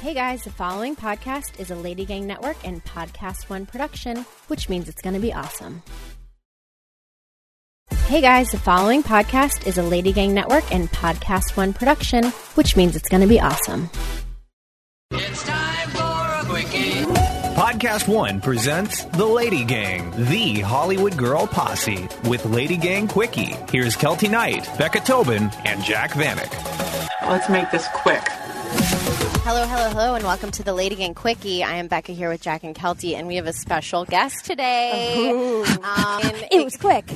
Hey guys, the following podcast is a Lady Gang Network and Podcast One production, which means it's going to be awesome. Hey guys, the following podcast is a Lady Gang Network and Podcast One production, which means it's going to be awesome. It's time for a quickie. Podcast One presents The Lady Gang, the Hollywood Girl Posse, with Lady Gang Quickie. Here's Kelty Knight, Becca Tobin, and Jack Vanek. Let's make this quick. Hello, hello, hello, and welcome to the Lady Gang Quickie. I am Becca here with Jack and Kelty, and we have a special guest today. Um, It was quick.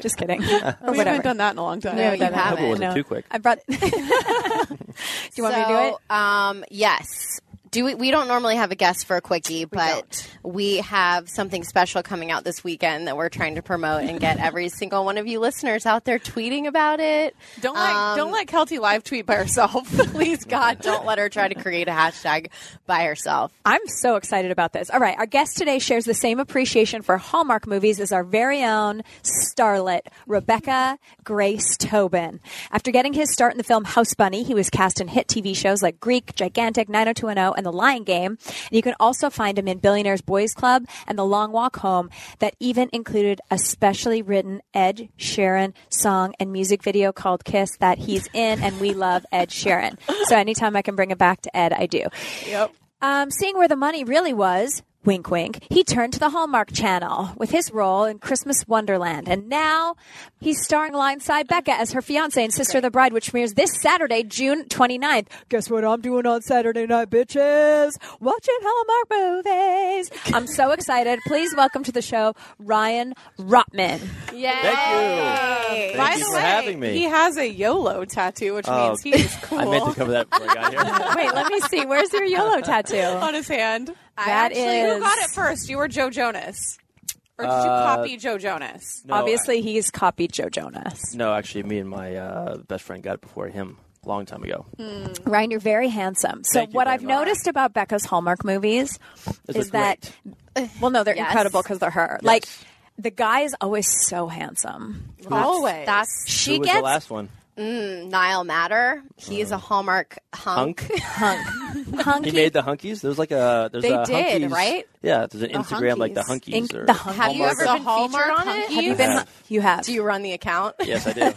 Just kidding. we haven't done that in a long time. No, you haven't. It No. too quick. I brought. do you want me to do it? So, Um, yes. Do we, we don't normally have a guest for a quickie, but we have something special coming out this weekend that we're trying to promote and get every single one of you listeners out there tweeting about it. Um, Don't let Um, don't let Kelty live tweet by herself. Please, God, don't let her try to create a hashtag by herself. I'm so excited about this. All right, our guest today shares the same appreciation for Hallmark movies as our very own starlet, Rebecca Grace Tobin. After getting his start in the film House Bunny, he was cast in hit TV shows like Greek, Gigantic, 90210, and The Lion Game. And you can also find him in Billionaires Boys Club and The Long Walk Home, that even included a specially written Ed Sheeran song and music video called Kiss that he's in, and we love Ed Sheeran. So anytime I can bring it back to Ed, I do. Um, seeing where the money really was, wink wink, he turned to the Hallmark Channel with his role in Christmas Wonderland. And now he's starring alongside Becca as her fiance and Sister of the Bride, which premieres this Saturday, June 29th. Guess what I'm doing on Saturday night, bitches? Watching Hallmark movies. I'm so excited. Please welcome to the show Ryan Rotman. Yeah. Thank you. Thank By you the for way, having me. Oh, he has a YOLO tattoo, which means he is cool I meant to cover that before I got here. Wait, let me see. Where's your YOLO tattoo? on his hand. That Actually, who is- got it first? You or Joe Jonas? Or did you copy Joe Jonas? Uh, No, Obviously, he's copied Joe Jonas. I- no, actually, me and my uh, best friend got it before him a long time ago. Ryan, you're very handsome. So Thank you what very I've much. noticed about Becca's Hallmark movies This is is that well, no, they're Yes. incredible because they're her. Like the guy is always so handsome. Always. That's Who She was gets the last one? Niall Matter. He's a Hallmark hunk. Hunk. hunk, He hunky. made the hunkies. There's like a there's They a did, hunkies, right? Yeah, there's an Instagram like the hunkies. Inc- or the hunkies. Have you Hallmark ever or- been featured Hallmark on it? hunky? Have you Been- have. you have. Do you run the account? Yes, I do.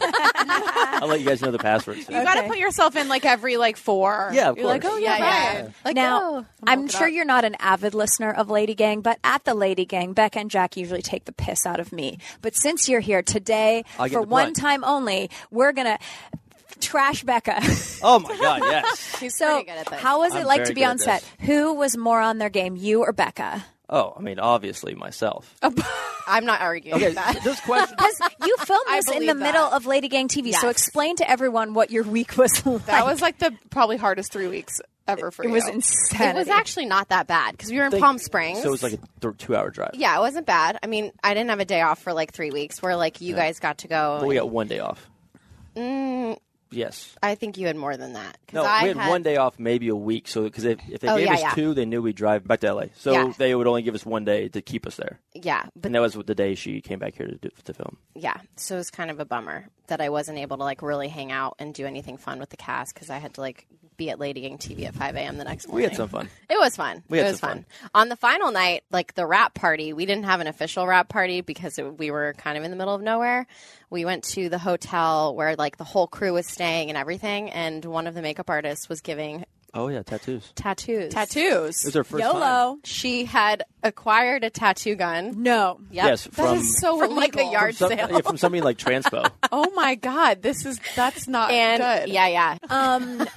I'll let you guys know the passwords. You got to put yourself in like every like four. Yeah, of You're like, course. oh yeah, Yeah, yeah. yeah. Like, now, oh. I'm sure you're not an avid listener of Lady Gang, but at the Lady Gang, Becca and Jack usually take the piss out of me. But since you're here today, I'll get for the one brunt. time only, we're going to trash Becca. Oh my god, yes. He's so, pretty good at this. how was it I'm like very to be good on at set? Who was more on their game, you or Becca? Oh, I mean, obviously myself. I'm not arguing Okay, with that. this question. Because you filmed I this in the believe middle that. of Lady Gang TV, so Yes. explain to everyone what your week was like. That was like the probably hardest three weeks ever for it you. was insane. It was actually not that bad because we were in Thank- Palm Springs. So it was like a th- two-hour drive. yeah, it wasn't bad. I mean, I didn't have a day off for like three weeks. Where like you guys got to go. But we got one day off. Yes. I think you had more than that. 'cause No, I we had, one day off, maybe a week. So because if, if they Oh, gave yeah, us yeah. two, they knew we'd drive back to LA. So Yeah. they would only give us one day to keep us there, Yeah, but and that was the day she came back here to do, to film. yeah, so it was kind of a bummer that I wasn't able to like really hang out and do anything fun with the cast because I had to like be at Lady Gang TV at 5 a.m. the next We morning. had some fun. It was fun. We had it was some fun. On the final night, like the rap party, we didn't have an official rap party because it, we were kind of in the middle of nowhere. We went to the hotel where like the whole crew was staying and everything, and one of the makeup artists was giving Oh yeah, tattoos. tattoos. It tattoos. was our first time. YOLO. She had acquired a tattoo gun. No. Yep. Yes, That from is so From like a illegal. yard some, sale. yeah, from somebody like Transpo. Oh my god, this is that's not And good. yeah, yeah. Um,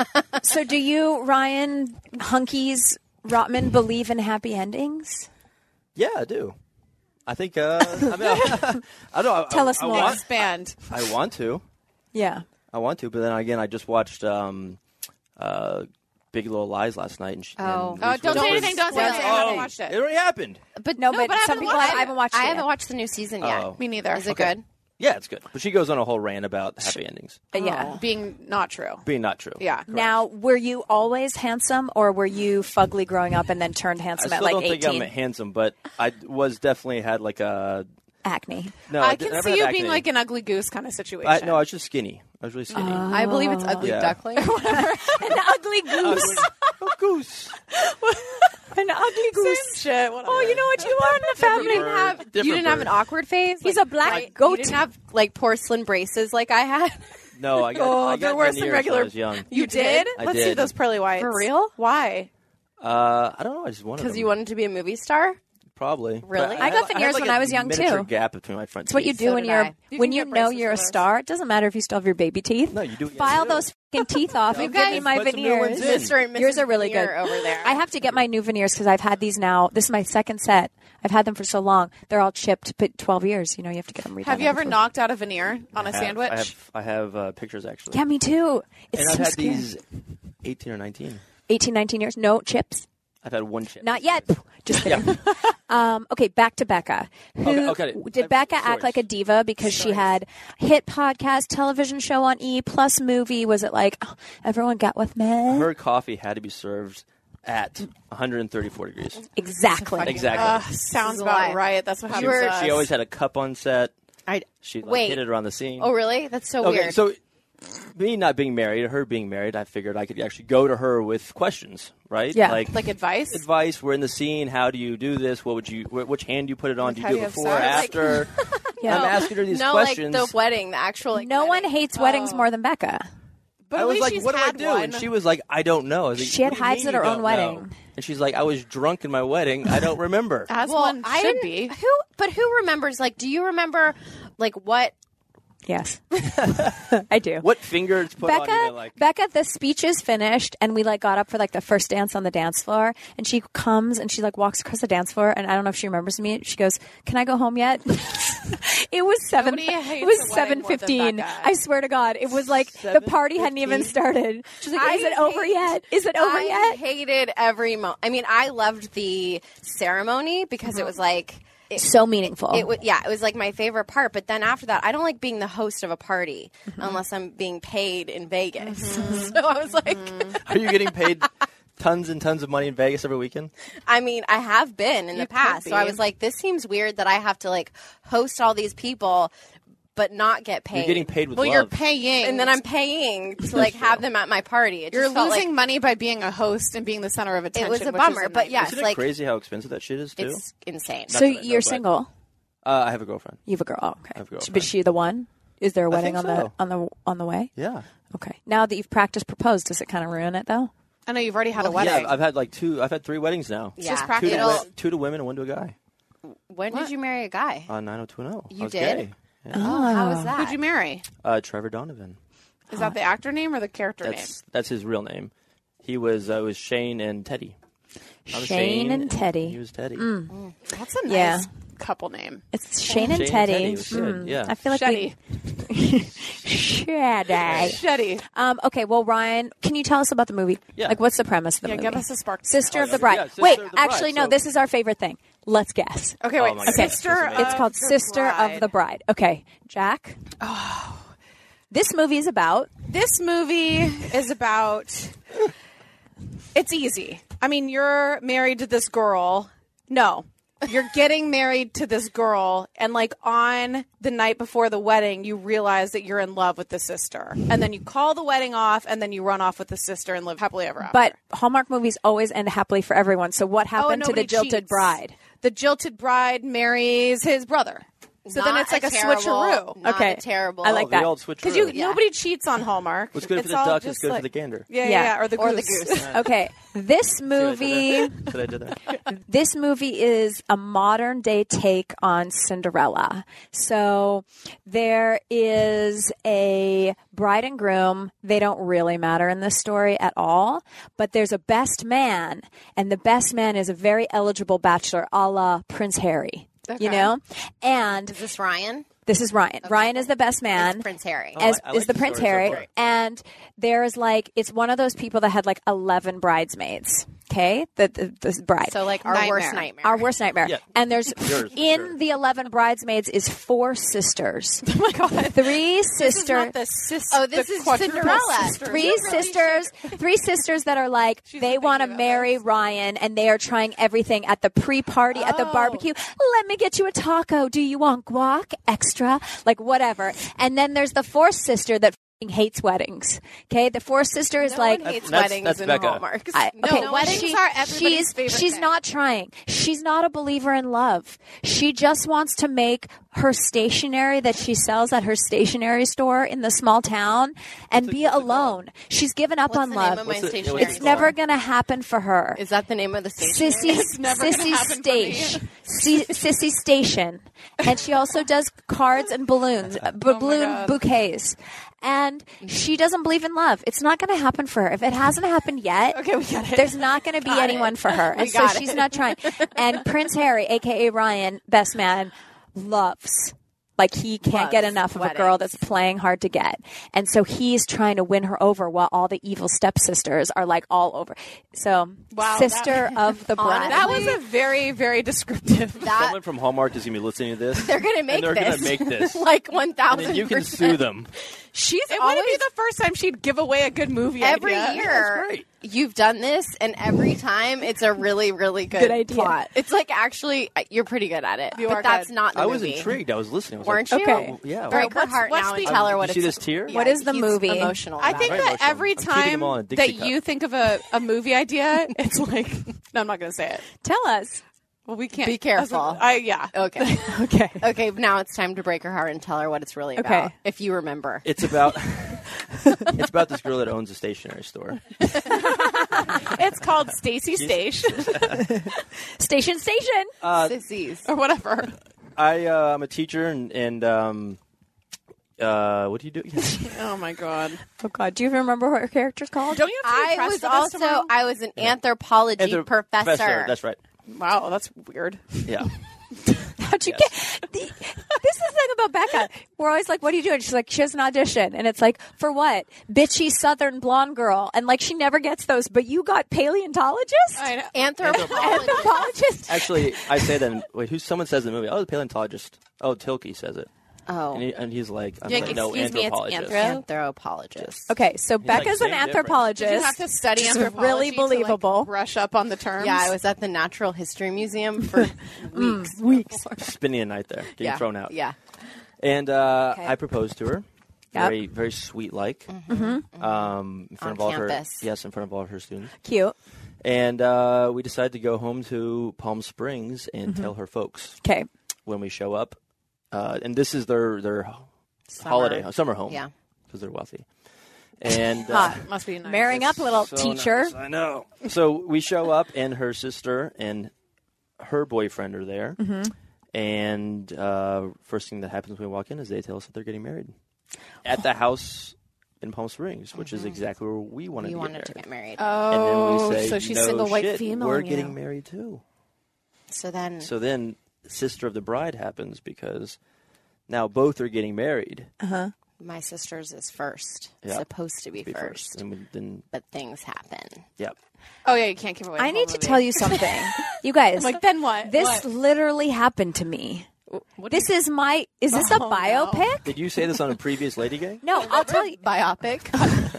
so, do you, Ryan Hunkies Rotman, believe in happy endings? yeah, I do. I think. Uh, I mean, I, I don't know. I- Tell I- us I more. want- expand. I want to. Yeah. I want to, but then again, I just watched um, uh, Big Little Lies last night. And sh- Oh. and Oh, Reese don't say Witherspoon- anything. Don't say Well, anything. I Oh, haven't watched it it. already happened. But no, No, but some people I haven't watched. I it haven't yet. watched the new season yet. Oh. Me neither. Is it Okay. good? Yeah, it's good. But she goes on a whole rant about happy endings But yeah. Being not true. being not true. Yeah. Now, were you always handsome, or were you fugly growing up and then turned I handsome still at like don't think eighteen? I'm handsome, but I was definitely had like a Acne. no. I d- can never see had you acne. being like an ugly goose kind of situation. I, no, I was just skinny. Uh, I was really skinny. I believe it's Ugly Yeah. Duckling. Oh, An ugly goose. goose. shit. Whatever. Oh, you know what you are in the You family. didn't have you didn't have an awkward phase. He's Like, a black right? goat. You didn't have like porcelain braces like I had. No, I got. Oh, I got there were some veneers regular. When I was young. You did? I Let's see did. those pearly whites. For real? Why? Uh, I don't know. I just wanted Because them. you wanted to be a movie star? probably. But Really? I had- got had veneers like when I I was young, miniature too. Gap between my front. It's what you do So when did you're I. You when can you get know braces you're for a those. star. It doesn't matter if you still have your baby teeth. No, you do. get File two. those fucking teeth off and give me guys my put some new ones veneers. in. Mr. and Mrs. Yours are really veneer good over there. I have to get my new veneers because I've had these now. This is my second set. I've had them for so long. They're all chipped, but 12 years. You know, you have to get them redone. Have you ever every- knocked out a veneer on a I have- sandwich? I have. I have uh, pictures actually. Yeah, me too. It's and so I've had scary. these 18 or 19. 18, 19 years. No chips. I've had one chip. Not yet. Just kidding. um, okay, back to Becca. Who Okay, okay. did Becca act Stories. like a diva because she had hit podcast, television show on E plus movie? Was it like oh, everyone got with me? Her coffee had to be served at 134 degrees. exactly. Exactly. Ugh, sounds is a about lie. right. That's what she, happens. to us. she always had a cup on set. I She like, Wait. hit it around the scene. Oh really? That's so Okay, weird. so me not being married, her being married, I figured I could actually go to her with questions, right? Yeah. like advice. advice. We're in the scene. How do you do this? What would you? Wh- which hand do you put it on? do you how do do it you have before, sex? after? Yeah. I'm asking her these no, questions. like the wedding, the actual like, No one wedding. hates Oh. weddings more than Becca. But I at was least like, she's "What do I had do?" One. And she was like, "I don't know." I was like, She had "What do you hides mean at you her own don't wedding. know?" And she's like, "I was drunk in my wedding. I don't remember." Uh, as well, one I should didn't- be. Who but who remembers like do you remember like what Yes. I do. what fingers put Becca, on you? Like, Becca, the speech is finished, and we like got up for like the first dance on the dance floor. And she comes and she like walks across the dance floor, and I don't know if she remembers me. She goes, "Can I go home yet?" it was seven. Nobody hates It a was wedding seven more than fifteen. Becca. I swear to God, it was like the party hadn't even started. She's like, I "Is it over hate- yet? Is it over I yet?" hated every moment. I mean, I loved the ceremony because it was like it, so meaningful. it was yeah, it was like my favorite part. But then after that, I don't like being the host of a party unless I'm being paid in Vegas. so I was like, are you getting paid tons and tons of money in Vegas every weekend? I mean, I have been in the past, so I be. was like, this seems weird that I have to like host all these people. But not get paid. You're getting paid with well, love. you're paying, and then I'm paying to like have them at my party. It You're just felt losing like money by being a host and being the center of attention. it was a which is bummer, nightmare. but yeah, Isn't it's it like crazy how expensive that shit is too? it's insane. so what I know, you're but- single. Uh, I have a girlfriend. You have a girl. Oh, okay. have a girlfriend. But she the one. Is there a wedding on think the so. on the on the way? Yeah. Okay. Now that you've practiced proposed, does it kind of ruin it though? I know you've already had a Yeah, wedding. I've- I've had like two. I've had three weddings now. Yeah. Just two practice. to, It'll- wo- two to women and one to a guy. when did you marry a guy? Uh, 90210. You I was did? Gay. How was that? Who'd you marry? Uh, Trevor Donovan. Is that the actor name or the character name? That's that's his real name. He was uh, it was Shane and Teddy. I was Shane and Teddy. Mm. He was Teddy. That's a nice Yeah. couple name. It's Shane and Shane Teddy. Hmm. Teddy was good, Hmm. yeah. I feel like Shetty. we Shitty. Shetty. Um, okay, well, Ryan, can you tell us about the movie? Yeah. Like, what's the premise of the Yeah, movie? give us a spark. Sister of yeah, the Bride. yeah, Sister Wait, of the Bride, actually, no, so- this is our favorite thing. Let's guess. Okay, Oh wait. my God, that's Sister. amazing. It's of called the Sister of Bride. the Bride. Okay, Jack. Oh. This movie is about This movie is about. It's easy. I mean, you're married to this girl. No. You're getting married to this girl, and like on the night before the wedding, you realize that you're in love with the sister. And then you call the wedding off, and then you run off with the sister and live happily ever after. but Hallmark movies always end happily for everyone. So what Oh, happened and to the nobody jilted cheats. bride? The jilted bride marries his brother. So then Not it's like a, terrible- switcheroo. not Okay. a terrible. I like Oh, that. the old switcheroo. Because you nobody cheats on Hallmark. What's good It's for the all duck is just good for like- the gander. Yeah, yeah, Yeah. yeah, or the Or the goose. goose. Okay, this See what I movie. did there? See what I did there? this movie is a modern day take on Cinderella. So there is a bride and groom. They don't really matter in this story at all, but there's a best man, and the best man is a very eligible bachelor, a la Prince Harry. You know, and Is this Ryan? this is Ryan. Ryan is the best man. It's Prince Harry. As, Oh, I- I is like the the Prince story so Harry, far. and there's like it's one of those people that had like eleven bridesmaids. Okay, the the, this bride. so like our Nightmare. worst nightmare. Our worst nightmare. Yeah. And there's Yours, for in sure. the eleven bridesmaids is four sisters. Oh my god! Three This is not sisters. the sis- Oh, this the is quadruple Cinderella. sisters. Three sisters, three sisters that are like they thinking want to about marry Ryan, and they are trying everything at the pre-party, at the barbecue. Let me get you a taco. Do you want guac extra? Like whatever. And then there's the fourth sister that hates weddings. Okay, the fourth sister is No like, one hates That's- weddings that's and Becca. hallmarks. I- no, okay, no, weddings she- are everybody's she's, favorite She's thing. not trying. She's not a believer in love. She just wants to make her stationery that she sells at her stationery store in the small town and be alone. She's given up What's on the love. name of my What's it- stationery what's it it's store? called? never going to happen for her. Is that the name of the station? Sissy, Sissy Station, Si- Sissy Station, and she also does cards and balloons, uh, b- balloon bouquets, and she doesn't believe in love. It's not going to happen for her if it hasn't happened yet. okay, we got it. There's not going to be anyone for her, and so got she's it. not trying. And Prince Harry, aka Ryan, best man, loves. Like he can't get Loves enough of a girl weddings. that's playing hard to get. And so he's trying to win her over while all the evil stepsisters are like all over. So, Wow, that- sister of the bride. That was a very, very descriptive. That, Someone from Hallmark is going to be listening to this. they're gonna and make they're this. to make this. like one and then thousand. you can sue them. She's it always wouldn't be the first time she'd give away a good movie every idea. year. You've done this, and every time it's a really, really good, Good idea. plot. It's like actually, you're pretty good at it. You but are that's good. not. The I was movie. intrigued. I was listening. I was weren't you? like, like, Okay. "Oh, yeah. Break her What's- heart what's now and the- tell her You what see it's. this tear? Yeah, What is the he's movie? Emotional. I about think it. Very that emotional. every I'm keeping time them all in a Dixie that cup. you think of a, a movie idea, it's like no, I'm not going to say it. Tell us. Well, we can't Be careful. I, yeah, Okay. Okay. Okay, now it's time to break her heart and tell her what it's really about. Okay. If you remember. It's about it's about this girl that owns a stationery store. it's called Stacy Stage Station, station. Sissies. or whatever. I uh, I'm a teacher and and um, uh, what do you do? Yeah. Oh my god! oh God, do you remember what your character's called? Don't you have to be I pressed was for this also tomorrow? I was an anthropology Anthrop- professor. That's right. wow, that's weird. Yeah. How'd you get? The, this is the thing about Becca. We're always like, "What are you doing?" She's like, "She has an audition," and it's like, "For what?" Bitchy Southern blonde girl, and like she never gets those. But you got paleontologist, I know. Anthropology. anthropologist. Actually, I say that. In, wait, who? Someone says in the movie. Oh, the paleontologist. Oh, Tilke says it. Oh. And, he, and he's like, I'm You're like, like, no, excuse me, it's anthropologist. anthropologist. Okay, so Becca's same an difference. anthropologist. You have to study Just anthropology really believable. To, like, brush up on the terms. Yeah, I was at the Natural History Museum for weeks. weeks. Spending a night there, getting yeah. thrown out. Yeah. And uh, Okay. I proposed to her. Yep. Very, very sweet, like um, in front Mm-hmm. On of all of campus. her. Yes, in front of all of her students. Cute. And uh, we decided to go home to Palm Springs and tell her folks Okay. when we show up. Uh, and this is their their Summer. holiday summer home. Yeah. because they're wealthy. And uh, Must be nice. Marrying up, little so teacher. nice, I know. So we show up, and her sister and her boyfriend are there. And uh, first thing that happens when we walk in is they tell us that they're getting married at the house in Palm Springs, which is exactly where we wanted, You to, wanted get to get married. married. and then Oh, we say, so she's "No single white shit, female. We're now. getting married too. so then So then, sister of the bride happens because now both are getting married. my sister's is first. Yeah. Supposed to be, Be first. and we, then But things happen. yeah. Oh yeah, you can't give away. the I whole need to movie. tell you something. you guys. Like then what? This What? literally happened to me. This is my. Is this a biopic? Did you say this on a previous Lady Gang? No. I'll tell you. Biopic.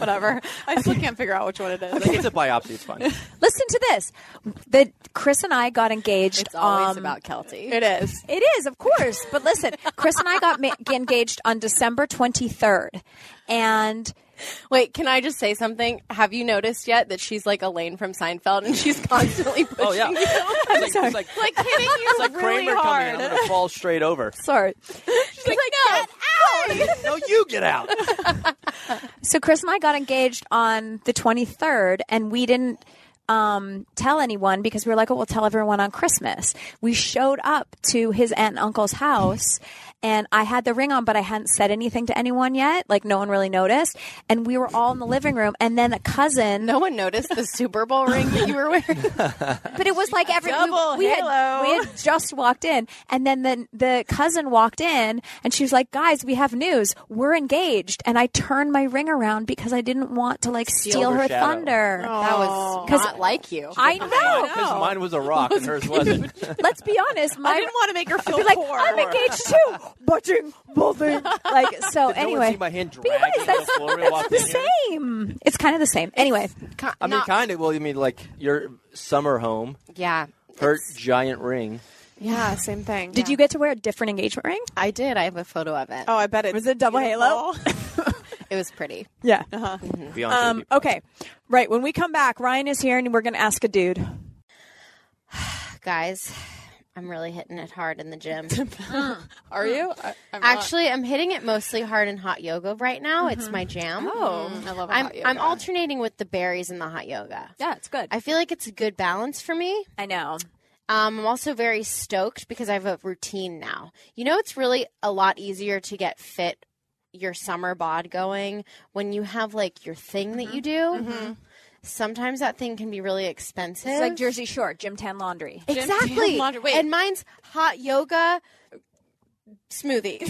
whatever. I still can't figure out which one it is. It's a biopsy. It's fine. Listen to this. The Chris and I got engaged. it's always um, about Kelty. It is. It is, of course. But listen, Chris and I got ma- engaged on December twenty third, and Wait, can I just say something? Have you noticed yet that she's like Elaine from Seinfeld and she's constantly pushing Oh yeah. you? It's like, it's like, Like hitting you it's like really Kramer coming. in. hard. I'm gonna fall straight over. sorry. She's like, no. no, you get out. So Chris and I got engaged on the 23rd, and we didn't um, tell anyone because we were like, oh, we'll tell everyone on Christmas. We showed up to his aunt and uncle's house, and I had the ring on, but I hadn't said anything to anyone yet. Like, no one really noticed. And we were all in the living room, and then a cousin. No one noticed the Super Bowl ring that you were wearing. But it was like every we- Double we, had halo. we had just walked in, and then the the cousin walked in, and she was like, "Guys, we have news. We're engaged." And I turned my ring around because I didn't want to like steal, her her shadow. thunder. That was 'Cause- not like you. I know. Because mine was a rock and hers wasn't. Let's be honest. My I didn't want to make her feel be like poor. "Oh, I'm engaged too. Butting, buzzing. Like so. Did no one anyway, see my hand But you guys, dragging on the that's- floor when I that's walked the in here? same. It's kind of the same. Anyway, Con- I mean, not- kind of. Well, you mean like your summer home, yeah. her giant ring. yeah, same thing. did you get to wear a different engagement ring? I did. I have a photo of it. Oh, I bet it's Was it double halo? beautiful. It It was pretty. Yeah. Beyond Um, Jolie. okay. Right. When we come back, Ryan is here and we're going to ask a dude. Guys, I'm really hitting it hard in the gym. Are you? I, I'm not. Actually, I'm hitting it mostly hard in hot yoga right now. It's my jam. Mm-hmm. Oh, Mm-hmm. I love I'm hot yoga. I'm alternating with the berries and the hot yoga. Yeah, it's good. I feel like it's a good balance for me. I know. Um, I'm also very stoked because I have a routine now. You know, it's really a lot easier to get fit your summer bod going when you have like your thing that Mm-hmm. you do. Sometimes that thing can be really expensive. It's like Jersey Shore, gym tan laundry. exactly. Jim Laundry- wait. And mine's hot yoga smoothie.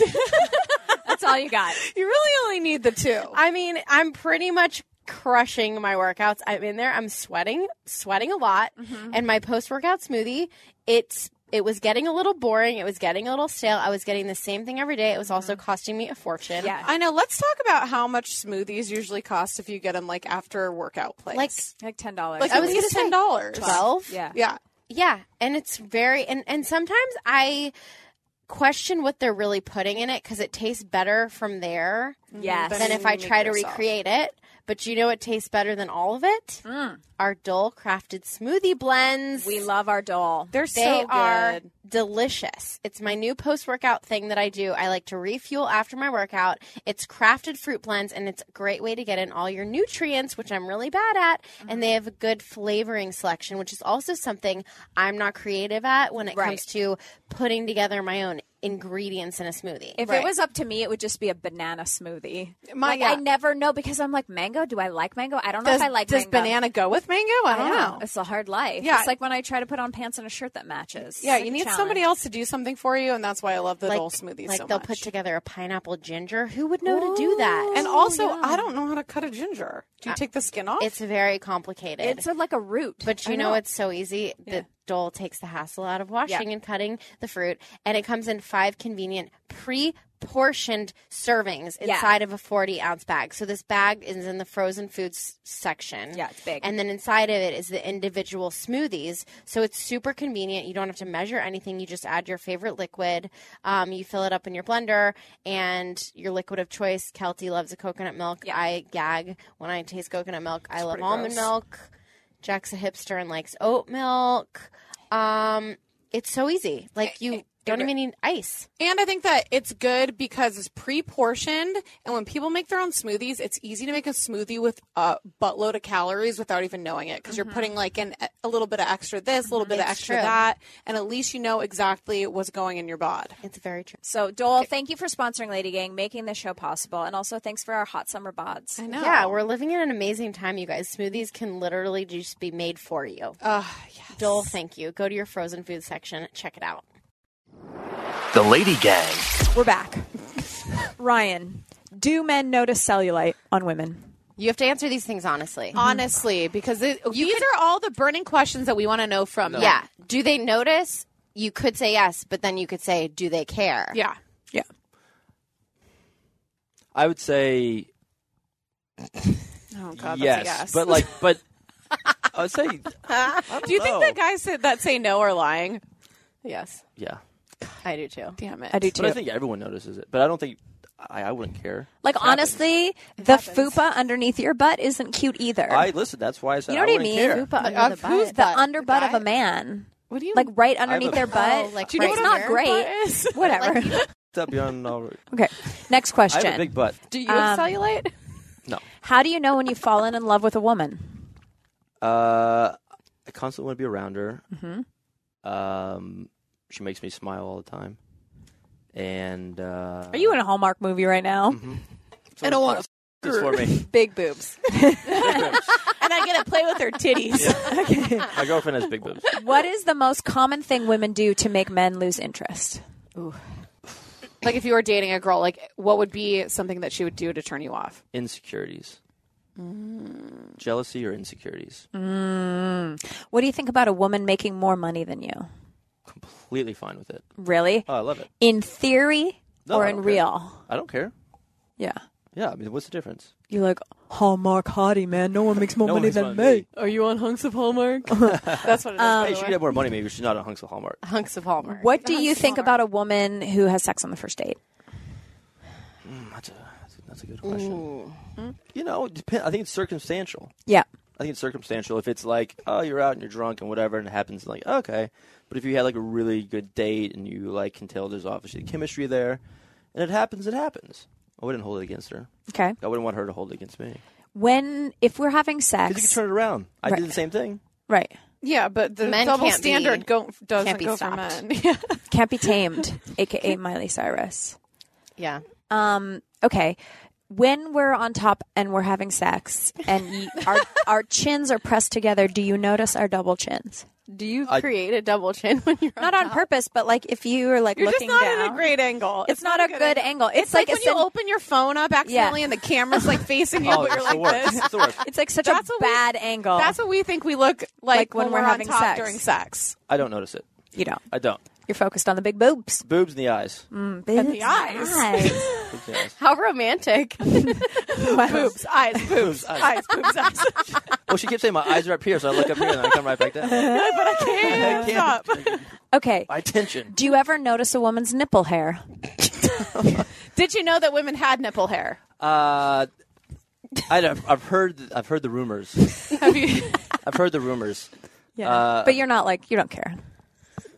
That's all you got. You really only need the two. I mean, I'm pretty much crushing my workouts. I'm in there. I'm sweating, sweating a lot. Mm-hmm. And my post-workout smoothie, it's it was getting a little boring. It was getting a little stale. I was getting the same thing every day. It was also costing me a fortune. Mm-hmm. Yeah. I know. Let's talk about how much smoothies usually cost if you get them like after a workout place. Like Like ten dollars. like I at was least gonna ten say dollars. 12. yeah. Yeah. Yeah, and it's very and and sometimes I question what they're really putting in it cuz it tastes better from there Yes. than if I make try to yourself. recreate it. But you know what tastes better than all of it? Our dull crafted smoothie blends. Mm. we love our doll. They're They so are good. delicious. It's my new post workout thing that I do. I like to refuel after my workout. It's crafted fruit blends and it's a great way to get in all your nutrients, which I'm really bad at. And they have a good flavoring selection, which is also something I'm not creative at when it Right. comes to putting together my own ingredients in a smoothie. If it was up to me, it would just be a banana smoothie. My- like, yeah. I never know because I'm like mango. Do I like mango? I don't know Does, if I like does mango. banana go with mango? I don't know. It's a hard life. Yeah. It's like when I try to put on pants and a shirt that matches. Yeah, It's like you a need challenge. somebody else to do something for you, and that's why I love the dole smoothies like so they'll much. put together a pineapple ginger. Who would know to do that? and also, I don't know how to cut a ginger. Do you take the skin off? Uh, it's very complicated. It's a, like a root. But you I know, it's so easy. The Dole takes the hassle out of washing and cutting the fruit, and it comes in five convenient pre portioned servings Yeah. inside of a 40 ounce bag. So this bag is in the frozen foods section. Yeah, it's big. And then inside of it is the individual smoothies. So it's super convenient. You don't have to measure anything. You just add your favorite liquid. Um, you fill it up in your blender, and your liquid of choice. Kelty loves a coconut milk. I gag when I taste coconut milk. I love almond milk. Jack's a hipster and likes oat milk. Um, it's so easy. Like you don't even need ice. and I think that it's good because it's pre-portioned, and when people make their own smoothies, it's easy to make a smoothie with a buttload of calories without even knowing it because you're putting like an, a little bit of extra this, a little bit of extra true. that, and at least you know exactly what's going in your bod. It's very true. So, Dole, thank you for sponsoring Lady Gang, making this show possible, and also thanks for our hot summer bods. I know. Yeah, we're living in an amazing time, you guys. Smoothies can literally just be made for you. Ugh, Ah, yes. Dole, thank you. Go to your frozen food section. Check it out. The Lady Gang. We're back. Ryan, do men notice cellulite on women? You have to answer these things honestly. Honestly, because it, these are all the burning questions that we want to know from. them. Yeah. Do they notice? You could say yes, but then you could say, do they care? Yeah. Yeah. I would say Oh God, that's yes, a yes. but like, but I would say, do you No. think that guys that, that say no are lying? Yes. yeah. I do too. Damn it. I do But I too. think everyone notices it. But I don't think I, I wouldn't care. Like, honestly, the fupa underneath your butt isn't cute either. I listen. That's why I said you know I what I wouldn't mean? care. under the who's butt. the butt? underbutt The of a guy? man. What do you Like, right have underneath a- their butt. Oh, like do you know right it's not here? great. Butt is- Whatever. It's up beyond all- okay. Next I question. Um, have a big butt. Do you have cellulite? No, How do you know when you've fallen in love with a woman? uh, I constantly want to be around her. Mm-hmm. Um, she makes me smile all the time. And uh, Are you in a Hallmark movie right now? Mm-hmm. I don't want to for me. Big boobs. and I get to play with her titties. My girlfriend has big boobs. What is the most common thing women do to make men lose interest? Like if you were dating a girl, like what would be something that she would do to turn you off? Insecurities, Mm. jealousy, or insecurities. What do you think about a woman making more money than you? Completely fine with it. Really? Oh, I love it. in theory No, or I in don't care. real? I don't care. Yeah. Yeah, I mean, what's the difference? You're like, Hallmark hottie, man. No one makes more No money one's than fun to me. Um, me. Are you on hunks of Hallmark? That's what it is. by Hey, the she way. could have more money. Maybe she's not a hunks of Hallmark. Hunks of Hallmark. What do you think about a woman who has sex on the first date? That's a- that's a- That's a good question. Hmm? You know, it depend, I think it's circumstantial. Yeah. I think it's circumstantial. If it's like, oh, you're out and you're drunk and whatever, and it happens, like, okay. But if you had like a really good date and you like can tell there's obviously chemistry there, and it happens, it happens. I wouldn't hold it against her. Okay. I wouldn't want her to hold it against me. When if we're having Because you sex, can turn it around. I Right. did the same thing. right? Yeah, but the Men double can't be- standard go, doesn't can't be go stopped. for men. Yeah. Can't be tamed, aka Miley Cyrus. Yeah. Um. Okay. When we're on top and we're having sex and y our our chins are pressed together, do you notice our double chins? Do you create a double chin when you're Not on purpose, but like if you are like You're just looking not down, at a great angle. it's, not, a good angle. It's, It's like, a when you sen- open your phone up accidentally and the camera's like facing you, but Oh, it's you're the like worst. this. It's the worst. it's like such That's a what we- bad angle. That's what we think we look like, Like when when we're we're, on having top sex. during sex. I don't notice it. you don't. I don't. You're focused on the big boobs. Boobs in the eyes. And the eyes. Boobs in the eyes. How romantic. Boobs, eyes, boobs, eyes. eyes, boobs, eyes. Well, she kept saying my eyes are up here, so I look up here and I come right back down. but I can't. Stop. okay. My tension. Do you ever notice a woman's nipple hair? Did you know that women had nipple hair? Uh, I don't, I've heard. I've heard the rumors. Have you? I've heard the rumors. Yeah. Uh, but you're not like you don't care.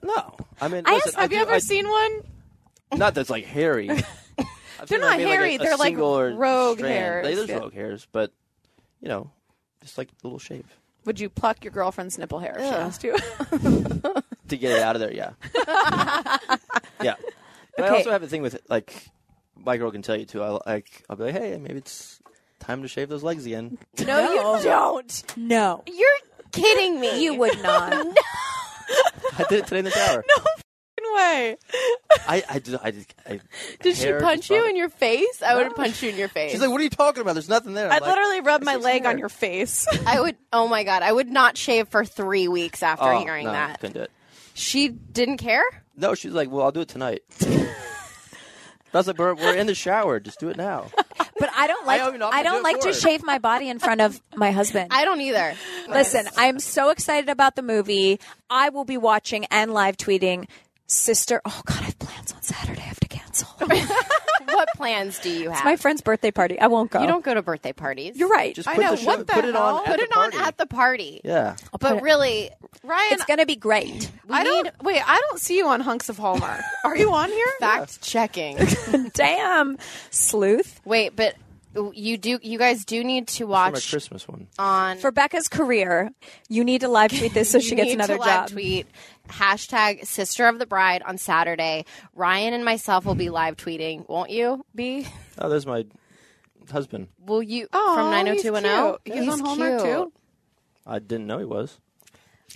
No, I mean, I listen, asked- I Have you do- ever I- seen one? Not that's like hairy. I've seen, not I mean, hairy, Like a- a they're like single or rogue strand. hairs, Like, there's yeah. rogue hairs, but you know, just like little shape Would you pluck your girlfriend's nipple hair if she asked you? to get it out of there. Yeah, yeah. But I Okay. also have a thing with like my girl can tell you too. I like I'll be like, hey, maybe it's time to shave those legs again. no, you don't. No. You're kidding me. You would not. I did it today in the shower. no way. I I did. I, did- I, Did she hair punch just you bothered- in your face? I would have punched you in your face. She's like, what are you talking about? There's nothing there. I I'm like, literally rubbed my it's leg on weird. your face. I would. Oh my god, I would not shave for three weeks after oh, hearing no, that. Couldn't do it. She didn't care. No, she's like, well, I'll do it tonight. But I was like, we're, we're in the shower. Just do it now. But I don't like I don't know, I'm I, gonna don't do it like for to her. shave my body in front of my husband. I don't either. Listen, I'm so excited about the movie. I will be watching and live tweeting sister Oh god, I have plans on Saturday. I have to cancel. it's what plans do you have? my friend's birthday party. I won't go. you don't go to birthday parties. You're right. Just I put know, the show, what the put it hell? on. At Put the it party. on at the party. Yeah. But really, Ryan, it's going to be great. I don't wait. I don't see you on Hunks of Hallmark. Are you on here? fact checking. Damn, sleuth. Wait, but you do. You guys do need to For my watch Christmas one. on. For Becca's career, you need to live tweet this so she you gets need another to live job. Tweet hashtag Sister of the Bride on Saturday. Ryan and myself will be live tweeting. Won't you be? Oh, there's my husband. Will you Aw, from nine hundred Oh, he's two oh? one zero? cute. He's, on Hallmark too. I didn't know he was.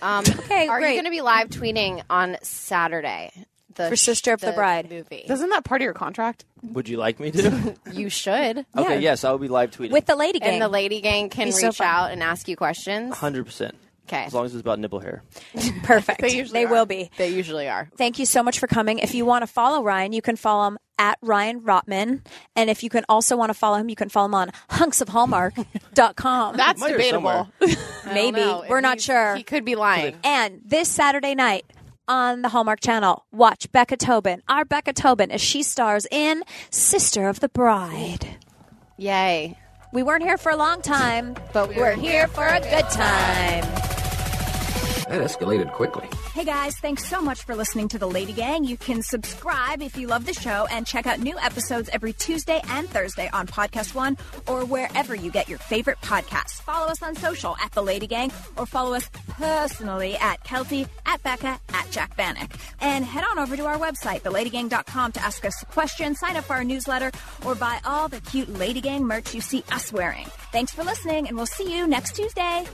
Um, Okay, are great. you going to be live tweeting on Saturday? The For Sister of the Bride. movie. Isn't that part of your contract? Would you like me to? You should. Yeah. Okay, yes, I'll be live tweeting. With the lady gang. And the lady gang can Be reach so fun. out and ask you questions. 100%. Okay. As long as it's about nipple hair. Perfect. They usually are. will be. They usually are. Thank you so much for coming. If you want to follow Ryan, you can follow him at Ryan Rotman. And if you can also want to follow him, you can follow him on hunksofhallmark.com. That's Might or debatable. somewhere. Maybe. We're not He's- sure. He could be lying. And this Saturday night on the Hallmark Channel, watch Becca Tobin, our Becca Tobin, as she stars in Sister of the Bride. Yay. We weren't here for a long time, but we're here for a good time. That escalated quickly. Hey guys, thanks so much for listening to The Lady Gang. You can subscribe if you love the show and check out new episodes every Tuesday and Thursday on Podcast One or wherever you get your favorite podcasts. Follow us on social at The Lady Gang or follow us personally at Kelty, at Becca, at Jack Bannock. And head on over to our website, theladygang.com, to ask us a question, sign up for our newsletter, or buy all the cute Lady Gang merch you see us wearing. Thanks for listening, and we'll see you next Tuesday.